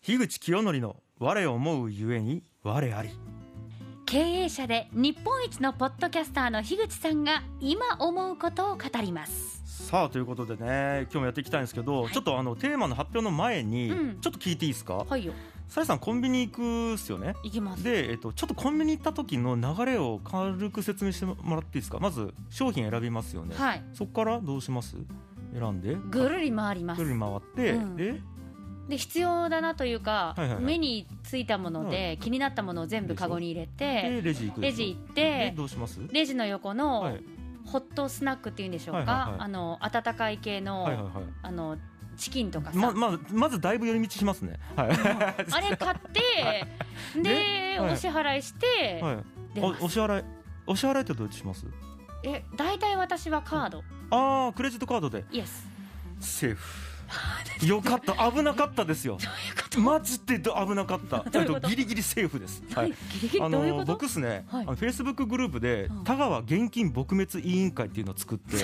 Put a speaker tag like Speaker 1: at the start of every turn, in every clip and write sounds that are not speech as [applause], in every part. Speaker 1: 樋口清則の我思うゆえに我あり
Speaker 2: 経営者で日本一のポッドキャスターの樋口さんが今思うことを語ります
Speaker 1: さあということでね今日もやっていきたいんですけど、ちょっとあのテーマの発表の前に、
Speaker 2: うん
Speaker 1: ちょっと聞いていいですか
Speaker 2: はいよ
Speaker 1: さやさんコンビニ行くっすよね
Speaker 2: いきます
Speaker 1: で、えっと、ちょっとコンビニ行った時の流れを軽く説明してもらっていいですかまず商品選びますよね、
Speaker 2: はい
Speaker 1: そこからどうします選んで
Speaker 2: ぐるり回ります
Speaker 1: ぐるり回って、
Speaker 2: うん
Speaker 1: で
Speaker 2: で必要だなという
Speaker 1: は
Speaker 2: か、
Speaker 1: いはいはい
Speaker 2: 目についたもので、気になったものを全部カゴに入れて
Speaker 1: でレジ行くで
Speaker 2: レ
Speaker 1: しょ
Speaker 2: ジ行っ
Speaker 1: で
Speaker 2: て
Speaker 1: どうします
Speaker 2: レジの横の、
Speaker 1: はい
Speaker 2: ホットスナックっていうんでしょうか、
Speaker 1: はいはいはい
Speaker 2: あの温かい系の,、
Speaker 1: はいはいはい
Speaker 2: あのチキンとかさ、
Speaker 1: まままずだいぶ寄り道しますねはい [laughs]
Speaker 2: あれ買って、で、
Speaker 1: ではい
Speaker 2: お支払いして、
Speaker 1: はい
Speaker 2: 出
Speaker 1: お
Speaker 2: ます
Speaker 1: お支払いお支払いってどうやってします
Speaker 2: え大体私はカード、
Speaker 1: ああクレジットカードで
Speaker 2: イエス
Speaker 1: セーフよかった危なかったですよマジで危なかった
Speaker 2: [laughs] どういう
Speaker 1: えっ
Speaker 2: こと
Speaker 1: とギリギリセーフですはい
Speaker 2: ギリギリどういうこと
Speaker 1: 僕ですね、
Speaker 2: はい
Speaker 1: あのフェイスブックグループで
Speaker 2: うん
Speaker 1: 田川現金撲滅委員会っていうのを作って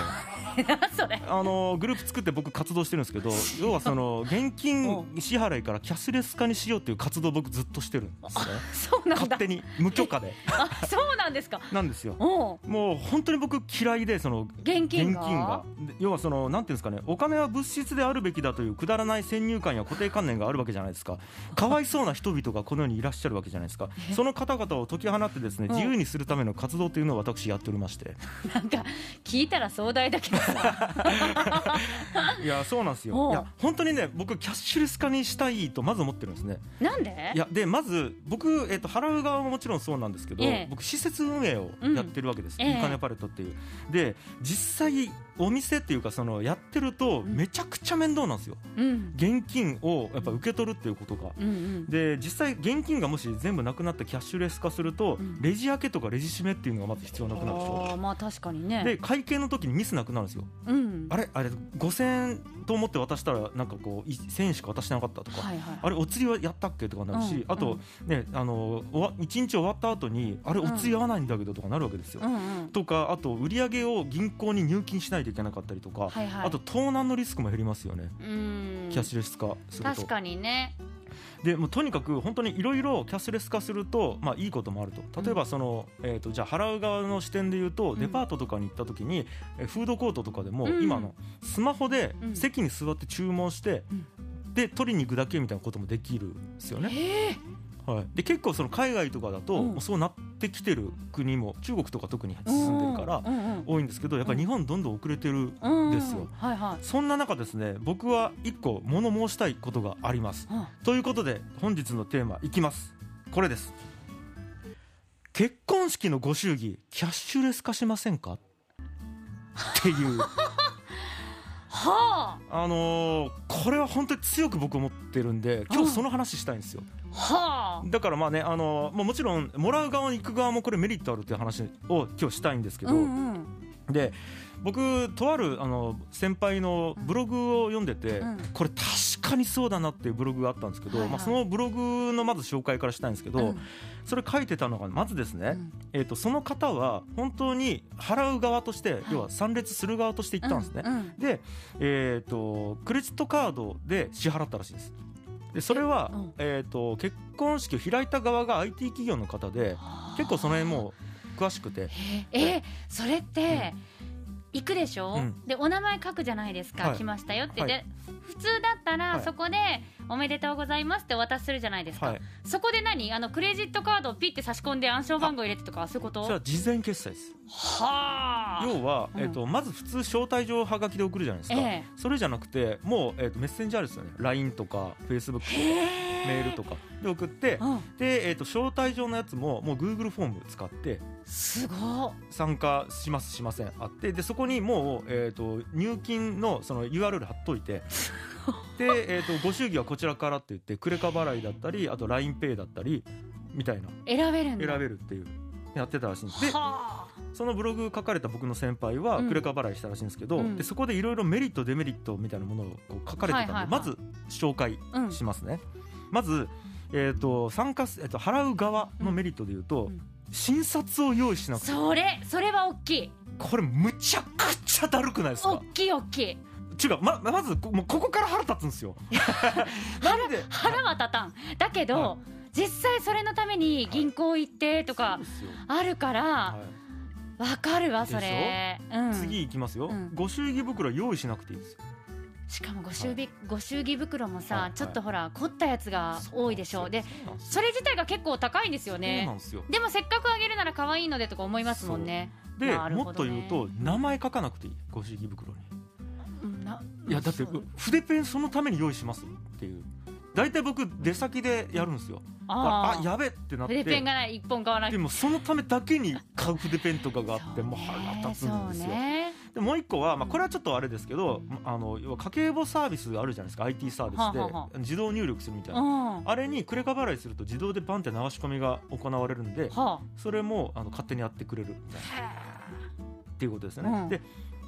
Speaker 2: それ
Speaker 1: あのグループ作って僕活動してるんですけど要はその現金支払いからキャッシュレス化にしようっていう活動を僕ずっとしてるんですね
Speaker 2: そうなん
Speaker 1: 勝
Speaker 2: だ
Speaker 1: 手に無許可で
Speaker 2: あそうなんですか
Speaker 1: なんですよ
Speaker 2: おう
Speaker 1: もう本当に僕嫌いでその
Speaker 2: 現金
Speaker 1: 現金
Speaker 2: が
Speaker 1: がで要はそのなんていうんですかねお金は物質であるべきだというくだらない先入観や固定観念があるわけじゃないです
Speaker 2: [laughs]
Speaker 1: かかわいそうな人々がこの世にいらっしゃるわけじゃないですかその方々を解き放ってですね
Speaker 2: うん
Speaker 1: 自由にするための活動というのを私やっておりまして
Speaker 2: なんか聞いたら壮大だけ
Speaker 1: [laughs]
Speaker 2: どさ
Speaker 1: いやそうなんです
Speaker 2: お
Speaker 1: よ
Speaker 2: う
Speaker 1: いや本当にね僕キャッシュレス化にしたいとまず思ってるんですね
Speaker 2: なんで
Speaker 1: いやでまず僕、えっと払う側ももちろんそうなんですけど、
Speaker 2: ええ
Speaker 1: 僕施設運営をやってるわけです、
Speaker 2: うんええ
Speaker 1: いい金パレットっていうで実際お店っていうかそのやってると
Speaker 2: うん
Speaker 1: めちゃくちゃ面倒なんですよ
Speaker 2: うん
Speaker 1: 現金をやっぱ受け取るっていうことが。
Speaker 2: うんうん
Speaker 1: で実際現金がもし全部なくなってキャッシュレス化すると、
Speaker 2: うん
Speaker 1: レジ開けとかレジ閉めっていうのがまず必要なくなるでし
Speaker 2: あー
Speaker 1: ょ
Speaker 2: まあ確かにね
Speaker 1: で会計の時にミスなくなるんですよ
Speaker 2: うん
Speaker 1: あれあれ5000円と思って渡したらなんかこうい1000円しか渡してなかったとか、
Speaker 2: はいはい
Speaker 1: あれお釣りはやったっけとかなるし、
Speaker 2: うん
Speaker 1: あと、ねあのおわ一日終わった後にあれお釣り合わないんだけどとかなるわけですよ。
Speaker 2: うんうん
Speaker 1: とかあと売り上げを銀行に入金しないといけなかったりとか、
Speaker 2: はいはい
Speaker 1: あと盗難のリスクも減りますよね。
Speaker 2: うん
Speaker 1: キャッシュレス化すると
Speaker 2: 確かにね
Speaker 1: でもうとにかく本当にいろいろキャッシュレス化すると、まあ、いいこともあると例えばその、えー、とじゃあ払う側の視点で言うと、
Speaker 2: うん
Speaker 1: デパートとかに行った時にえーフードコートとかでも、
Speaker 2: うん
Speaker 1: 今のスマホで
Speaker 2: うん
Speaker 1: 席に座って注文して、
Speaker 2: うん
Speaker 1: で取りに行くだけみたいなこともできるんですよね。
Speaker 2: ええ
Speaker 1: はい、で結構その海外とかだと、
Speaker 2: うん
Speaker 1: もうそうなってきてる国も中国とか特に進んでるから
Speaker 2: うんうん
Speaker 1: 多いんですけどやっぱり日本どんどん遅れてる
Speaker 2: うん
Speaker 1: ですよ
Speaker 2: はいはい
Speaker 1: そんな中ですね僕は一個物申したいことがあります。
Speaker 2: うん
Speaker 1: ということで本日のテーマいきますこれです結婚式のご祝儀キャッシュレス化しませんかっていう
Speaker 2: [laughs] はあ
Speaker 1: あのーこれは本当に強く僕思ってるんで今日その話したいんですよ
Speaker 2: はあ
Speaker 1: だからまあね、あのーまあ、もちろんもらう側に行く側もこれメリットあるっていう話を今日したいんですけど、
Speaker 2: うんうん
Speaker 1: で僕とあるあの先輩のブログを読んでて、
Speaker 2: うん
Speaker 1: これ確かにそうだなっていうブログがあったんですけど、
Speaker 2: はいはい
Speaker 1: まあ、そのブログのまず紹介からしたいんですけど、
Speaker 2: うん
Speaker 1: それ書いてたのがまずですね、えー、とその方は本当に払う側として、要は参列する側として行ったんですね、
Speaker 2: うんうん
Speaker 1: で、えー、とクレジットカードで支払ったらしいですでそれは
Speaker 2: えうん、
Speaker 1: えー、と結婚式を開いた側が IT 企業の方で結構その辺もう詳しくて
Speaker 2: ええそれって、行くでしょ、
Speaker 1: うん
Speaker 2: でお名前書くじゃないですか、
Speaker 1: はい
Speaker 2: 来ましたよって、
Speaker 1: はい
Speaker 2: で普通だったら、
Speaker 1: はい
Speaker 2: そこで「おめでとうございます」ってお渡しするじゃないですか、
Speaker 1: はい
Speaker 2: そこで何あのクレジットカードをピッて差し込んで暗証番号入れてとかそういうこと
Speaker 1: それは事前決済です
Speaker 2: はあ
Speaker 1: 要は、
Speaker 2: うん
Speaker 1: えー、とまず普通招待状をはがきで送るじゃないですか、
Speaker 2: ええ
Speaker 1: それじゃなくてもう、えー、とメッセンジャーですよね LINE とか Facebook とかメールとかで送って
Speaker 2: うん
Speaker 1: で、えー、と招待状のやつももう Google フォーム使って
Speaker 2: すごっ
Speaker 1: 参加しますしませんあってでそこにもう、えー、と入金のその URL 貼っとい
Speaker 2: [laughs]
Speaker 1: てで、えー、とご祝儀はこちらからって言ってクレカ払いだったりあと LINEPay だったりみたいな
Speaker 2: 選べるんだ
Speaker 1: 選べるっていうやってたらしいんですで
Speaker 2: はあ
Speaker 1: そのブログ書かれた僕の先輩は
Speaker 2: うん
Speaker 1: クレカ払いしたらしいんですけど、
Speaker 2: うん
Speaker 1: でそこでいろいろメリットデメリットみたいなものをこう書かれてたんで、
Speaker 2: はいはいはい
Speaker 1: まず紹介
Speaker 2: うん
Speaker 1: しますね、まず、えー、と参加す、えー、と払う側のメリットで言うと、
Speaker 2: うんうん
Speaker 1: 診察を用意しなくて
Speaker 2: それそれは大きい
Speaker 1: これむちゃくちゃだるくないです
Speaker 2: 大
Speaker 1: か
Speaker 2: きい大きい [laughs]
Speaker 1: 違うままずこもうここから腹立つんですよなんで
Speaker 2: 腹は立たんけど、
Speaker 1: は
Speaker 2: 実際それのために銀行行ってとか
Speaker 1: そうですよ
Speaker 2: あるから、
Speaker 1: は
Speaker 2: わかるわそれ、うん、
Speaker 1: い、次いきますよ、
Speaker 2: うん
Speaker 1: ご祝儀袋用意しなくていいですよ
Speaker 2: しかもご祝儀、ご祝儀袋もさ、
Speaker 1: はいはい
Speaker 2: ちょっとほら凝ったやつが多いでしょうで
Speaker 1: そうなんです
Speaker 2: それ自体が結構高いんですよ
Speaker 1: よそうな
Speaker 2: ね
Speaker 1: んですよ
Speaker 2: でもせっかくあげるなら可愛いのでとか思いますもんね
Speaker 1: で、
Speaker 2: なるほ
Speaker 1: もっと
Speaker 2: ど
Speaker 1: 言
Speaker 2: ね
Speaker 1: うと名前書かなくていいご祝儀袋に
Speaker 2: うんない
Speaker 1: やだって
Speaker 2: そう
Speaker 1: 筆ペンそのために用意しますっていう大体僕出先でやるんですよだから
Speaker 2: あ
Speaker 1: あ
Speaker 2: あ
Speaker 1: やべってなっ
Speaker 2: 筆ペン
Speaker 1: て
Speaker 2: がない一本買わない
Speaker 1: でもそのためだけに買う筆ペンとかがあってもう腹立つんです
Speaker 2: そう
Speaker 1: よ
Speaker 2: ね
Speaker 1: でもう一個は、まあ、これはちょっとあれですけどあの要は家計簿サービスがあるじゃないですか IT サービ
Speaker 2: はあ
Speaker 1: スで
Speaker 2: はあは
Speaker 1: 自動入力するみた
Speaker 2: そ
Speaker 1: いう
Speaker 2: ねう
Speaker 1: なん
Speaker 2: は
Speaker 1: あれにクレカ払いすると自動でバンって流し込みが行われるんで
Speaker 2: あ
Speaker 1: それもあの勝手にやってくれるみたいなっていうことですよね。
Speaker 2: うん
Speaker 1: で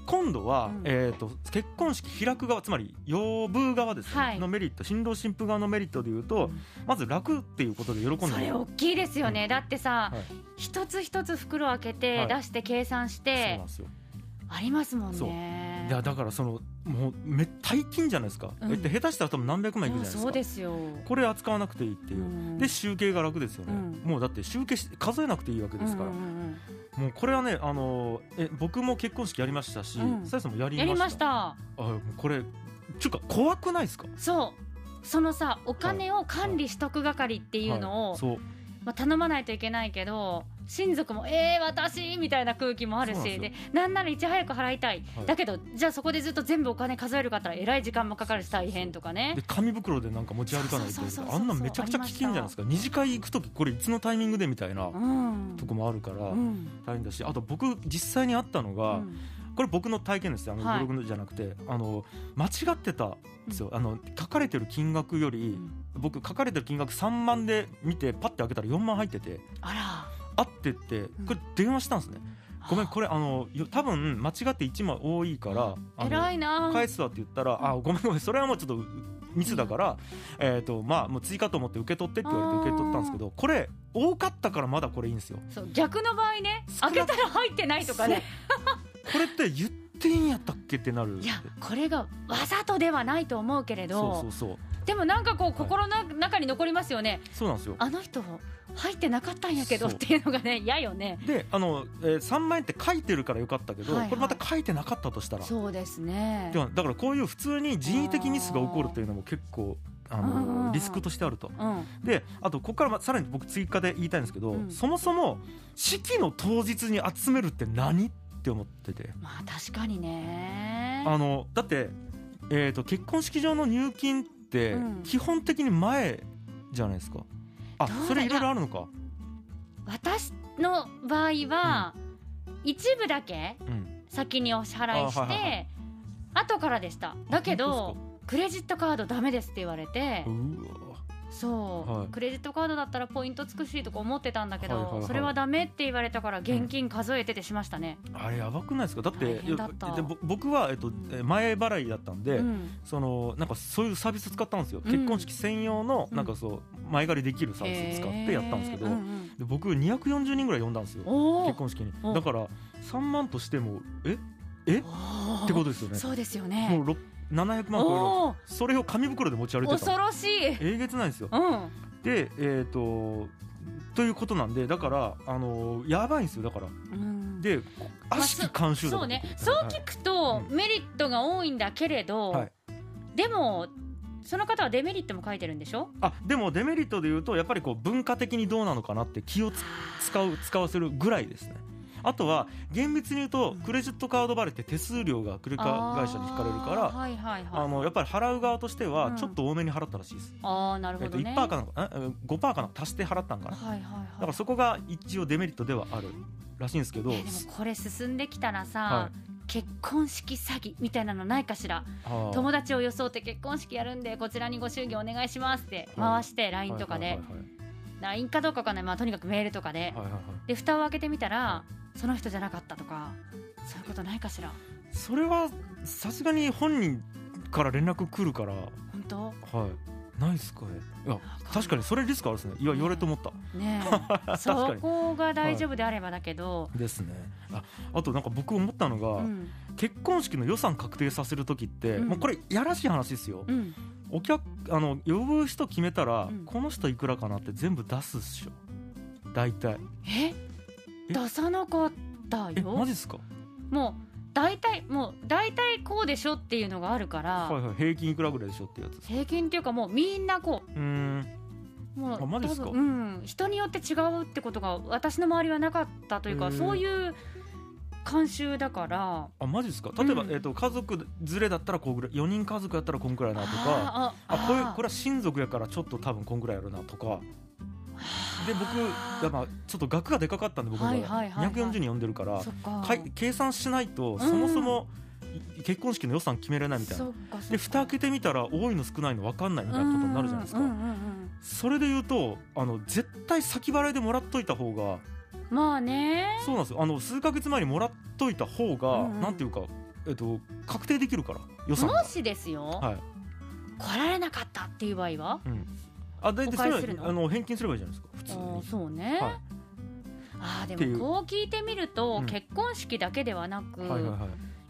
Speaker 1: 今度は、
Speaker 2: うん
Speaker 1: えー、と結婚式開く側つまり養父側ですね、
Speaker 2: はい
Speaker 1: のメリット新郎新婦側のメリットでいうと、
Speaker 2: うん
Speaker 1: まず楽っていうことで喜んで
Speaker 2: そ
Speaker 1: もら
Speaker 2: れ
Speaker 1: う
Speaker 2: 大きいですよね、
Speaker 1: うん
Speaker 2: だってさ、
Speaker 1: はい
Speaker 2: 一つ一つ袋開けて、
Speaker 1: はい
Speaker 2: 出して計算し
Speaker 1: そうな
Speaker 2: て
Speaker 1: んですよ
Speaker 2: ありますもん
Speaker 1: そう
Speaker 2: ね
Speaker 1: いやだからそのもうめ大金じゃないですか、
Speaker 2: うん
Speaker 1: えって下手したら多分何百万いくじゃないですか
Speaker 2: うんそうですよ
Speaker 1: これ扱わなくていいっていう、
Speaker 2: うん
Speaker 1: で集計が楽ですよね、
Speaker 2: うん
Speaker 1: もうだって集計し数えなくていいわけですから、
Speaker 2: うんうんうん
Speaker 1: もうこれはね、あのーえ僕も結婚式やりましたし
Speaker 2: うん
Speaker 1: さや、さんもやり
Speaker 2: やりま
Speaker 1: ま
Speaker 2: し
Speaker 1: した
Speaker 2: た
Speaker 1: あもうこれちゅうか怖くないですか
Speaker 2: そうそのさお金を管理しとく係っていうのを、
Speaker 1: はそう
Speaker 2: まあ、頼まないといけないけど親族も「えー、私!」みたいな空気もある
Speaker 1: そう
Speaker 2: し
Speaker 1: なん
Speaker 2: で
Speaker 1: で
Speaker 2: なんならいち早く払いたい、
Speaker 1: はい
Speaker 2: だけどじゃあそこでずっと全部お金数えるかったらえらい時間もかかるし大変とかね
Speaker 1: で紙袋でなんか持ち歩かないと
Speaker 2: そうそうそうそう
Speaker 1: あんなんめちゃくちゃ危険じゃないですか二次会行く時これいつのタイミングでみたいな
Speaker 2: うん
Speaker 1: とこもあるから
Speaker 2: うん
Speaker 1: 大変だしあと僕実際にあったの
Speaker 2: う
Speaker 1: が、
Speaker 2: ん
Speaker 1: これ僕の体験ですよあの
Speaker 2: はい
Speaker 1: ブログのじゃなくて、あの間違ってたんですよ、あの書かれてる金額より、
Speaker 2: うん
Speaker 1: 僕書かれてる金額3万で見てパッて開けたら4万入ってて
Speaker 2: あ
Speaker 1: あってって
Speaker 2: ん
Speaker 1: これ電話したんですね、
Speaker 2: ら
Speaker 1: ごめんこれあのよ多分間違って1万多いからあの
Speaker 2: 偉いな
Speaker 1: 返すわって言ったら「あごめんごめんそれはもうちょっとうミスだから、えーとまあ、もう追加と思って受け取って」って言われて受け取ったんですけどこれ多かったからまだこれいいんですよ。
Speaker 2: そう逆の場合ね
Speaker 1: 少
Speaker 2: 開
Speaker 1: な
Speaker 2: けたら入ってないとかね
Speaker 1: そうこれって言っていいんやったっけってなる
Speaker 2: いやこれがわざとではないと思うけれど
Speaker 1: そうそうそう
Speaker 2: でもなんかこう心の中に残りますよね、
Speaker 1: そうなんですよ。
Speaker 2: あの人入ってなかったんやけどっ
Speaker 1: そう
Speaker 2: ていうのがね嫌よね
Speaker 1: であの、えー3万円って書いてるからよかったけど、
Speaker 2: はいはい
Speaker 1: これまた書いてなかったとしたら
Speaker 2: そうですね
Speaker 1: ではだからこういう普通に人為的ミスが起こるというのも結構あ
Speaker 2: うんうんうん
Speaker 1: のリスクとしてあると。
Speaker 2: うん
Speaker 1: であとここからまさらに僕追加で言いたいんですけど、
Speaker 2: うん
Speaker 1: そもそも式の当日に集めるって何って思ってて
Speaker 2: まあ確かにね
Speaker 1: あのだって、えー、と結婚式場の入金って
Speaker 2: うん
Speaker 1: 基本的に前じゃないですか。あ
Speaker 2: どうだ
Speaker 1: それいろいろあるのか。
Speaker 2: 私の場合は、一部だけ
Speaker 1: うん、
Speaker 2: 先にお支払いして、
Speaker 1: あはいはいはい
Speaker 2: 後からでしただけどクレジットカードダメですって言われて
Speaker 1: 本当ですかうわ
Speaker 2: そう、
Speaker 1: はい
Speaker 2: クレジットカードだったらポイントつくしとか思ってたんだけど、
Speaker 1: はいはいはい
Speaker 2: それはダメって言われたから現金数えててしましたね、
Speaker 1: あれやばくないですかだって
Speaker 2: 大変だった
Speaker 1: いやでぼ僕は、えっと
Speaker 2: ん
Speaker 1: えー前払いだったんで、
Speaker 2: うん
Speaker 1: そのなんかそういうサービス使ったんですよ、
Speaker 2: うん
Speaker 1: 結婚式専用の
Speaker 2: うん
Speaker 1: なんかそう前借りできるサービス使ってやったんですけど、
Speaker 2: へーうんうん
Speaker 1: で僕240人ぐらい呼んだんですよ
Speaker 2: お
Speaker 1: 結
Speaker 2: ー
Speaker 1: 婚式に
Speaker 2: お
Speaker 1: だから3万としてもええっ
Speaker 2: お
Speaker 1: て
Speaker 2: ー
Speaker 1: ことですよね
Speaker 2: そうですよね
Speaker 1: もうろ700万超
Speaker 2: おー
Speaker 1: えるそれを紙袋で持ち歩いてた
Speaker 2: 恐
Speaker 1: の
Speaker 2: ろしい、
Speaker 1: えげつないんですよ
Speaker 2: うん、
Speaker 1: でえっ、とということなんでだからあのーやばいんですよだから
Speaker 2: うん
Speaker 1: で
Speaker 2: まあ
Speaker 1: 悪しき慣習だ
Speaker 2: そうねそう聞くと
Speaker 1: うん
Speaker 2: メリットが多いんだけれど、
Speaker 1: はい
Speaker 2: でもその方はデメリットも書いてるんでしょ
Speaker 1: あでもデメリットで言うとやっぱりこう文化的にどうなのかなって気をつ使う使わせるぐらいですねあとは厳密に言うとクレジットカードバレって手数料がクレカ会社に引かれる
Speaker 2: あー
Speaker 1: から
Speaker 2: はいはい
Speaker 1: あ
Speaker 2: はい
Speaker 1: のやっぱり払う側として
Speaker 2: う
Speaker 1: は
Speaker 2: ん
Speaker 1: ちょっと多めに払ったらしいです、
Speaker 2: ああなる
Speaker 1: え
Speaker 2: ほ
Speaker 1: っと
Speaker 2: どね、
Speaker 1: 1%かなんかえ5%かなんか足して払ったんかなだ
Speaker 2: はいはいはい
Speaker 1: からそこが一応デメリットではあるらしいんですけど
Speaker 2: いやでもこれ進んできたらさ、
Speaker 1: は
Speaker 2: 結婚式詐欺みたいなのないかしら
Speaker 1: あー
Speaker 2: 友達を装って結婚式やるんでこちらにご祝儀お願いしますって
Speaker 1: はい
Speaker 2: 回して LINE とか
Speaker 1: はい
Speaker 2: で
Speaker 1: はい
Speaker 2: LINE かどうかわかんない、まあ、とにかくメールとかで
Speaker 1: はいはいはいはい
Speaker 2: で蓋を開けてみたらその人じゃなかったとかそういうことないかしら
Speaker 1: それはさすがに本人から連絡来るから
Speaker 2: 本当
Speaker 1: はいないっすかねいや確かにそれリスクあるですねいや言われて思った
Speaker 2: ね
Speaker 1: [laughs]
Speaker 2: え
Speaker 1: 確か
Speaker 2: そ
Speaker 1: に
Speaker 2: こが大丈夫であればだけど、
Speaker 1: ですねああとなんか僕思ったのが、
Speaker 2: うん
Speaker 1: 結婚式の予算確定させる時って、
Speaker 2: うん
Speaker 1: もうこれやらしい話ですよ、
Speaker 2: うん
Speaker 1: お客あの呼ぶ人決めたら、
Speaker 2: うん
Speaker 1: この人いくらかなって全部出すっしょ大体
Speaker 2: え
Speaker 1: え
Speaker 2: 出さなかった
Speaker 1: え
Speaker 2: よ
Speaker 1: マジっすか
Speaker 2: もう大体もう大体こうでしょっていうのがあるから、
Speaker 1: はいはい平均いくらぐらいでしょってやつです
Speaker 2: 平均っていうかもうみんなこ
Speaker 1: うーん
Speaker 2: うもう
Speaker 1: あマジっすか
Speaker 2: 多分うん、人によって違うってことが私の周りはなかったというか、
Speaker 1: うん
Speaker 2: そういう慣習だから
Speaker 1: あマジですか例えば、
Speaker 2: うん
Speaker 1: えっと家族連れだったらこうぐらい4人家族やったらこんくらいなとか
Speaker 2: あ
Speaker 1: あこういう
Speaker 2: あ
Speaker 1: これは親族やからちょっと多分こんくらいやるなとかで僕
Speaker 2: あー
Speaker 1: やっぱちょっと額がでかかったんで僕の場合
Speaker 2: はいはいはいはい
Speaker 1: 240人呼んでるから
Speaker 2: そっか
Speaker 1: かい計算しないとそもそもい結婚式の予算決めれないみたいな、
Speaker 2: そっかそっか
Speaker 1: で蓋開けてみたら多いの少ないの分かんないみたいなことになるじゃないですか、
Speaker 2: うんうんうんうん
Speaker 1: それで言うとあの絶対先払いでもらっといた方が
Speaker 2: まあね
Speaker 1: そうなんですよあの数ヶ月前にもらっといた方が、
Speaker 2: うんうん
Speaker 1: なんていうか、えっと、確定できるから予算
Speaker 2: も
Speaker 1: が。
Speaker 2: しですよ、
Speaker 1: はい
Speaker 2: 来られなかったっていう場合は
Speaker 1: あで
Speaker 2: お
Speaker 1: でそ
Speaker 2: 返
Speaker 1: れ
Speaker 2: し
Speaker 1: は
Speaker 2: するの
Speaker 1: あの返金すればいいじゃないですか普通
Speaker 2: あ
Speaker 1: に
Speaker 2: ーそうね、
Speaker 1: はい
Speaker 2: あー
Speaker 1: って
Speaker 2: で
Speaker 1: いう
Speaker 2: もこう聞いてみると、
Speaker 1: うん
Speaker 2: 結婚式だけではなく、
Speaker 1: はい
Speaker 2: い
Speaker 1: はいは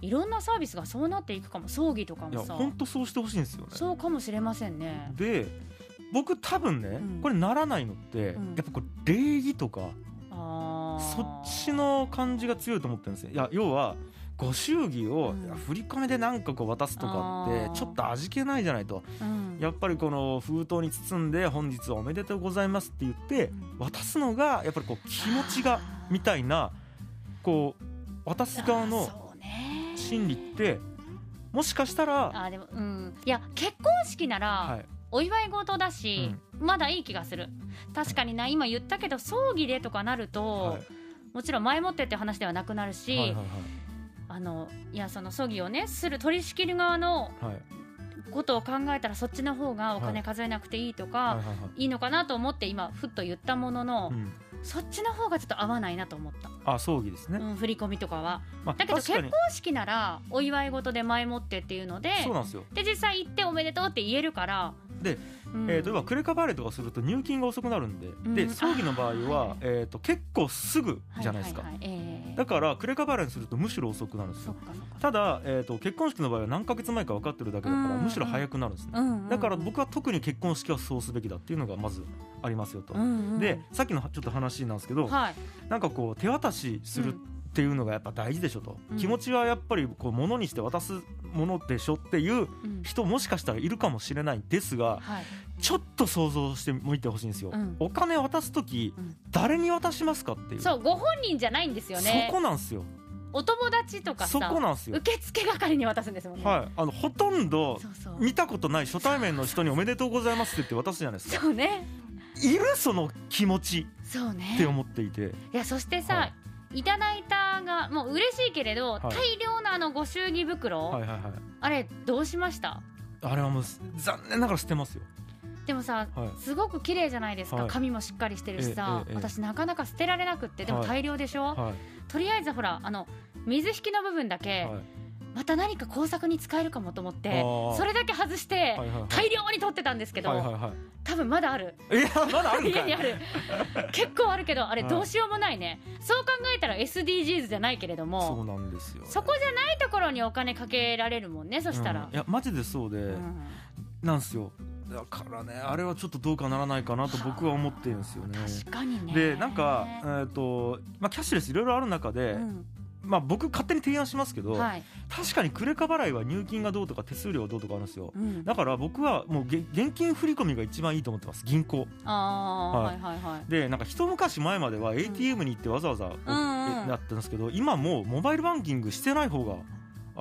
Speaker 1: い
Speaker 2: ろんなサービスがそうなっていくかも葬儀とか
Speaker 1: いや
Speaker 2: もさ
Speaker 1: 本当そうしてほしいんですよね
Speaker 2: そうかもしれませんね
Speaker 1: で僕多分ね、
Speaker 2: うん
Speaker 1: これならないのって、
Speaker 2: うん
Speaker 1: やっぱこれ礼儀とか
Speaker 2: あー
Speaker 1: そっちの感じが強いと思ってるんですよいや要はご祝儀を、
Speaker 2: うん
Speaker 1: 振り込みでなんかこう渡すとかって
Speaker 2: あー
Speaker 1: ちょっと味気ないじゃないと
Speaker 2: うん
Speaker 1: やっぱりこの封筒に包んで本日はおめでとうございますって言って
Speaker 2: うん
Speaker 1: 渡すのがやっぱりこう気持ちがみたいなこう渡す側
Speaker 2: あ
Speaker 1: の
Speaker 2: ーそうね
Speaker 1: 心理ってもしかしたら、
Speaker 2: あーでもうんいや結婚式なら、
Speaker 1: はい、
Speaker 2: お祝い事だし、まだいい気がする確かにな今言ったけど葬儀でとかなると、
Speaker 1: はい
Speaker 2: もちろん前もってって話ではなくなるし、
Speaker 1: はいはい
Speaker 2: あのいやその葬儀をねする取り仕切る側の
Speaker 1: はいはい
Speaker 2: ことを考えたらそっちの方がお
Speaker 1: は
Speaker 2: 金
Speaker 1: い
Speaker 2: 数えなくていいとか、
Speaker 1: はいはい
Speaker 2: い
Speaker 1: はい
Speaker 2: のかなと思って今ふっと言ったものの、
Speaker 1: いうん
Speaker 2: そっちの方がちょっと合わないなと思った、
Speaker 1: あ葬儀ですね、
Speaker 2: うん、振り込みとかは
Speaker 1: まあ、
Speaker 2: だけど
Speaker 1: 確かに
Speaker 2: 結婚式ならお祝い事で前もってっていうので
Speaker 1: そうなんですよ、
Speaker 2: で実際行っておめでとうって言えるから
Speaker 1: で、
Speaker 2: うん
Speaker 1: えー、と今クレカバレーとかすると入金が遅くなるんで、
Speaker 2: ん
Speaker 1: で葬儀の場合は
Speaker 2: あー、
Speaker 1: えー、と結構すぐじゃないですか、
Speaker 2: はははいええ
Speaker 1: だからクレカバレーにするとむしろ遅くなるんです
Speaker 2: そ
Speaker 1: よ
Speaker 2: っかそっか
Speaker 1: ただ、えー、と結婚式の場合は何ヶ月前か分かってるだけだから
Speaker 2: うん
Speaker 1: むしろ早くなるんですね、
Speaker 2: うんうんうん
Speaker 1: だから僕は特に結婚式はそうすべきだっていうのがまずありますよと、
Speaker 2: うんうん
Speaker 1: でさっきのちょっと話なんですけど、
Speaker 2: はい、
Speaker 1: なんかこう手渡しするっていうのがやっぱ大事でしょと、
Speaker 2: うん
Speaker 1: 気持ちはやっぱりこう物にして渡すものでしょっていう
Speaker 2: うんうん
Speaker 1: 人もしかしたらいるかもしれないですが
Speaker 2: はい、
Speaker 1: ちょっと想像してみてほしいんですよ、
Speaker 2: うん
Speaker 1: お金渡す時、
Speaker 2: うん
Speaker 1: 誰に渡しますかっていう
Speaker 2: そうご本人じゃないんですよね
Speaker 1: そこなんですよ
Speaker 2: お友達とか
Speaker 1: そ
Speaker 2: さ
Speaker 1: こなんですよ、
Speaker 2: 受付係に渡すんですもんね、
Speaker 1: はい、あのほとんど
Speaker 2: そうそう
Speaker 1: 見たことない初対面の人に「おめでとうございます」って言って渡すじゃないですか
Speaker 2: そうね
Speaker 1: いるその気持ち
Speaker 2: そうね
Speaker 1: って思っていて
Speaker 2: いやそしてさ、、
Speaker 1: はい
Speaker 2: ただいたがもう嬉しいけれど、
Speaker 1: い
Speaker 2: 大量のあのご祝儀袋、
Speaker 1: はいはいはい
Speaker 2: あれどうしました
Speaker 1: あれはもう残念ながら捨てますよ
Speaker 2: でもさ
Speaker 1: はい
Speaker 2: すごく綺麗じゃないですか、
Speaker 1: はい
Speaker 2: 髪もしっかりしてるしさ、
Speaker 1: ええええ
Speaker 2: 私なかなか捨てられなくってでも
Speaker 1: はい
Speaker 2: 大量でしょ、
Speaker 1: は
Speaker 2: とりあえずほらあの水引きの部分だ
Speaker 1: い
Speaker 2: け、
Speaker 1: はい
Speaker 2: また何か工作に使えるかもと思っ
Speaker 1: あ
Speaker 2: て
Speaker 1: ー
Speaker 2: それだけ外して、
Speaker 1: はいはいはい
Speaker 2: 大量に取ってたんですけど、
Speaker 1: はいはいはい
Speaker 2: 多分まだある
Speaker 1: いやまだあるんか
Speaker 2: 家
Speaker 1: い
Speaker 2: にあ
Speaker 1: [laughs]
Speaker 2: る結構あるけどあれ
Speaker 1: はい
Speaker 2: どうしようもないね、そう考えたら SDGs じゃないけれど
Speaker 1: そ
Speaker 2: も
Speaker 1: うなんですよね
Speaker 2: そこじゃないところにお金かけられるもんねそしたら
Speaker 1: うんい、やマジでそうで、
Speaker 2: うん
Speaker 1: なんですよだからねあれはちょっとどうかならないかなと僕は思ってるんですよね
Speaker 2: 確かにね
Speaker 1: でなんか、えーとまあ、キャッシュレスいろいろある中で、
Speaker 2: うん
Speaker 1: まあ、僕勝手に提案しますけど、
Speaker 2: はい、
Speaker 1: 確かにクレカ払いは入金がどうとか手数料がどうとかあるんですよ
Speaker 2: うん、
Speaker 1: だから僕はもうげ現金振り込みが一番いいと思ってます銀行
Speaker 2: あー
Speaker 1: は
Speaker 2: はいいはいはい
Speaker 1: でなんか一昔前までは ATM に行ってわざわざお
Speaker 2: んうん
Speaker 1: やってたんですけど今もうモバイルバンキングしてない方が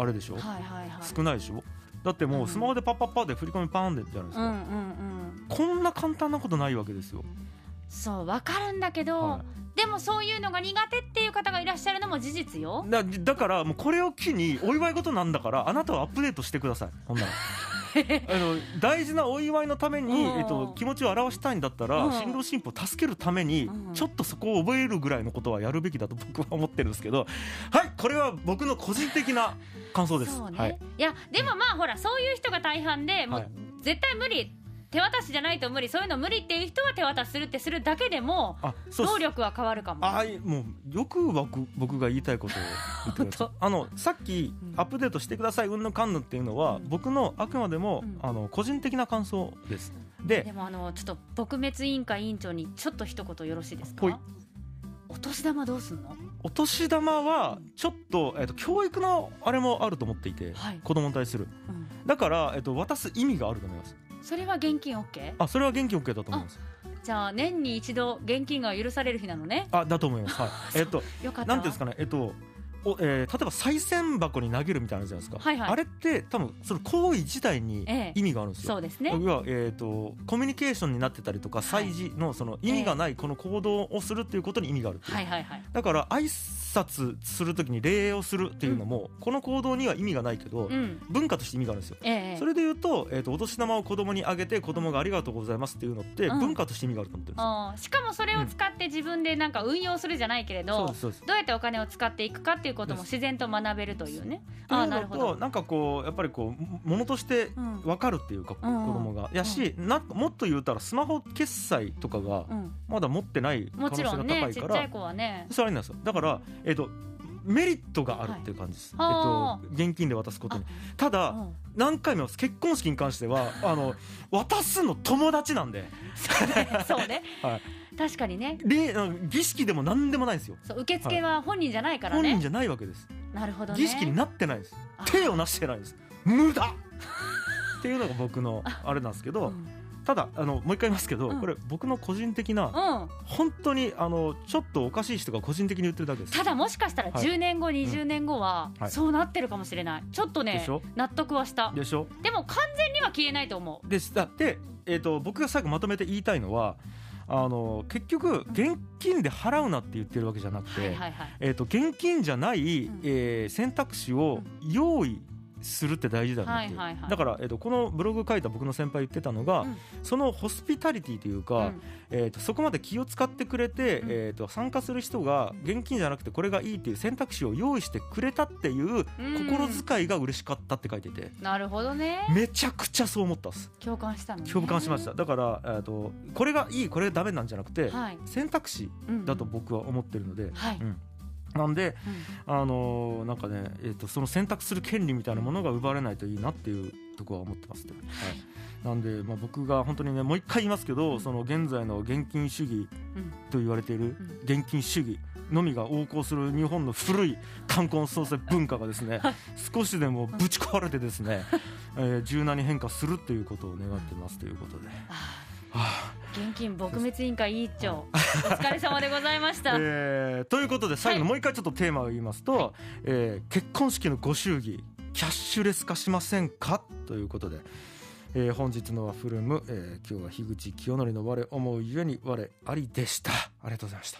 Speaker 1: あれでしょ、
Speaker 2: はいはいはい
Speaker 1: 少ないでしょだってもううんスマホでパッパッパで振り込みパーンでじゃないです
Speaker 2: うんうんう
Speaker 1: か、
Speaker 2: ん
Speaker 1: こんな簡単なことないわけですよ、
Speaker 2: そうわかるんだけど、
Speaker 1: は
Speaker 2: でもそういうのが苦手っていう方がいらっしゃるのも事実よ
Speaker 1: い、だだからもうこれを機にお祝い事なんだからあなたはアップデートしてくださいほん
Speaker 2: [laughs]
Speaker 1: ならあの大事なお祝いのために、
Speaker 2: うん
Speaker 1: えっと、気持ちを表したいんだったら、
Speaker 2: うん
Speaker 1: 新郎新婦を助けるために、
Speaker 2: うん
Speaker 1: ちょっとそこを覚えるぐらいのことはやるべきだと僕は思ってるんですけどはいこれは僕の個人的な感想です。
Speaker 2: ね
Speaker 1: はい
Speaker 2: い、やでもまあほらそういう人が大半でも
Speaker 1: はいう
Speaker 2: 絶対無理手渡しじゃないと無理そういうの無理っていう人は手渡しするってするだけでも
Speaker 1: あそうっす
Speaker 2: 能力は変わるかも
Speaker 1: あいもうよく僕僕が言いたいことを言ってください
Speaker 2: 本
Speaker 1: あのさっき
Speaker 2: うん
Speaker 1: アップデートしてくださいうんぬんかんぬんっていうのは、
Speaker 2: うん
Speaker 1: 僕のあくまでも、
Speaker 2: うん
Speaker 1: あの個人的な感想ですで
Speaker 2: でもあのちょっと撲滅委員会委員長にちょっと一言よろしいです
Speaker 1: ほい
Speaker 2: かお年玉どうすんの
Speaker 1: お年玉はちょっと,、えっと教育のあれもあると思っていて、
Speaker 2: はい
Speaker 1: 子供に対する
Speaker 2: うん
Speaker 1: だから、えっと渡す意味があると思います
Speaker 2: それは現金 OK?
Speaker 1: あそれは元気 OK だと思います
Speaker 2: じゃあ年に一度現金が許される日なのね
Speaker 1: あだと思います
Speaker 2: [laughs]
Speaker 1: はいえっと
Speaker 2: よかった
Speaker 1: なんていうんですかねえっとおえー例えば賽銭箱に投げるみたいなのあるじゃないですか、
Speaker 2: はいはい
Speaker 1: あれって多分その行為自体に
Speaker 2: ええ
Speaker 1: 意味があるんですよ、
Speaker 2: そうですね
Speaker 1: 要は、えー、とコミュニケーションになってたりとか
Speaker 2: はい
Speaker 1: 祭事のその意味がないこの行動をするっていうことに意味があるっていう、
Speaker 2: はいはいはい
Speaker 1: だから挨拶するときに礼をするっていうのも、この行動には意味がないけど、
Speaker 2: うん
Speaker 1: 文化として意味があるんですよ。
Speaker 2: ええ
Speaker 1: それで言うと,、えー、とお年玉を子供にあげて子供がありがとうございますっていうのって
Speaker 2: うん
Speaker 1: 文化として意味があると思ってるんですよ。
Speaker 2: あーしかもそれを使って自分でなんか運用するじゃないけれ
Speaker 1: そう
Speaker 2: ど
Speaker 1: ですそうです
Speaker 2: どうやってお金を使っていくかっていうことも
Speaker 1: です
Speaker 2: 自然と学べるというね
Speaker 1: と
Speaker 2: あ
Speaker 1: い
Speaker 2: あ
Speaker 1: う
Speaker 2: な
Speaker 1: の
Speaker 2: るほ
Speaker 1: と
Speaker 2: ど、
Speaker 1: なんかこうやっぱりこうもものとして
Speaker 2: うん
Speaker 1: 分かるっていうか、
Speaker 2: うん
Speaker 1: 子供がやし、なんかもっと言うたらスマホ決済とかが
Speaker 2: うん、
Speaker 1: まだ持ってない可
Speaker 2: も
Speaker 1: 能
Speaker 2: ち
Speaker 1: 性が高
Speaker 2: ろん
Speaker 1: いから、
Speaker 2: ねちっちゃい子はね
Speaker 1: そうあれなんですよだから、えっとメリットがあるっていう感じです、
Speaker 2: は
Speaker 1: えっと、現金で渡すことにただ、
Speaker 2: うん [laughs]
Speaker 1: 何回もです結婚式に関してはあの渡すの友達なんで
Speaker 2: そうねそうね、
Speaker 1: [laughs] は
Speaker 2: 確かにね
Speaker 1: 礼あの儀式でも何でもないんですよ
Speaker 2: そう受付は本人じゃないから
Speaker 1: 本
Speaker 2: ね、
Speaker 1: 人じゃないわけです、
Speaker 2: なるほどね
Speaker 1: 儀式になってないんです
Speaker 2: あ
Speaker 1: 手をなしてないんです無駄っていうのが僕のあれなんですけ
Speaker 2: う
Speaker 1: ど
Speaker 2: ん
Speaker 1: ただあのもう一回言いますけど、
Speaker 2: うん
Speaker 1: これ僕の個人的な
Speaker 2: うん
Speaker 1: 本当にあのちょっとおかしい人が個人的に言ってるだけです
Speaker 2: ただもしかしたら
Speaker 1: はい
Speaker 2: 10年後、20年後は
Speaker 1: はい
Speaker 2: そうなってるかもしれないちょっと
Speaker 1: で
Speaker 2: ね
Speaker 1: しょ
Speaker 2: 納得はした
Speaker 1: でしょ
Speaker 2: でも完全には消えないと思う
Speaker 1: ですだって、えー、と僕が最後まとめて言いたいのはあの結局現金で払うなって言ってるわけじゃなくて、
Speaker 2: はいはいはい
Speaker 1: えー、と現金じゃない、
Speaker 2: うん
Speaker 1: えー選択肢を用意するって大事だなっていう、
Speaker 2: はいはいはい
Speaker 1: だから、えー、とこのブログ書いた僕の先輩言ってたのが、
Speaker 2: うん
Speaker 1: そのホスピタリティというか、
Speaker 2: うん
Speaker 1: えー、とそこまで気を使ってくれて、
Speaker 2: うん
Speaker 1: えー、と参加する人が現金じゃなくてこれがいいっていう選択肢を用意してくれたっていう
Speaker 2: うん
Speaker 1: 心遣いが嬉しかったって書いてて、
Speaker 2: なるほどね
Speaker 1: めちゃくちゃそう思ったっす。
Speaker 2: 共感したのね
Speaker 1: 共感しましただから、えー、とこれがいいこれがダメなんじゃなくて、
Speaker 2: はい
Speaker 1: 選択肢だと僕は思ってるので、
Speaker 2: はい、
Speaker 1: うんなんで
Speaker 2: うん
Speaker 1: あのーなんかね、えー、とその選択する権利みたいなものが奪われないといいなっていうところは思ってますね、はい、なんで、まあ、僕が本当にねもう一回言いますけど、
Speaker 2: うん
Speaker 1: その現在の現金主義
Speaker 2: うん
Speaker 1: と言われている
Speaker 2: うん
Speaker 1: 現金主義のみが横行する日本の古い冠婚葬祭文化がですね少しでもぶち壊れてですね、えー柔軟に変化するということを願ってますということで。
Speaker 2: あ
Speaker 1: はあ
Speaker 2: ー現金撲滅委員会委員長お疲れ様でございました、
Speaker 1: えーということで最後に
Speaker 2: はい
Speaker 1: もう一回ちょっとテーマを言いますと、えー結婚式のご祝儀キャッシュレス化しませんかということで、えー本日のワッフルーム、えー今日は樋口清則の我思うゆえに我ありでしたありがとうございました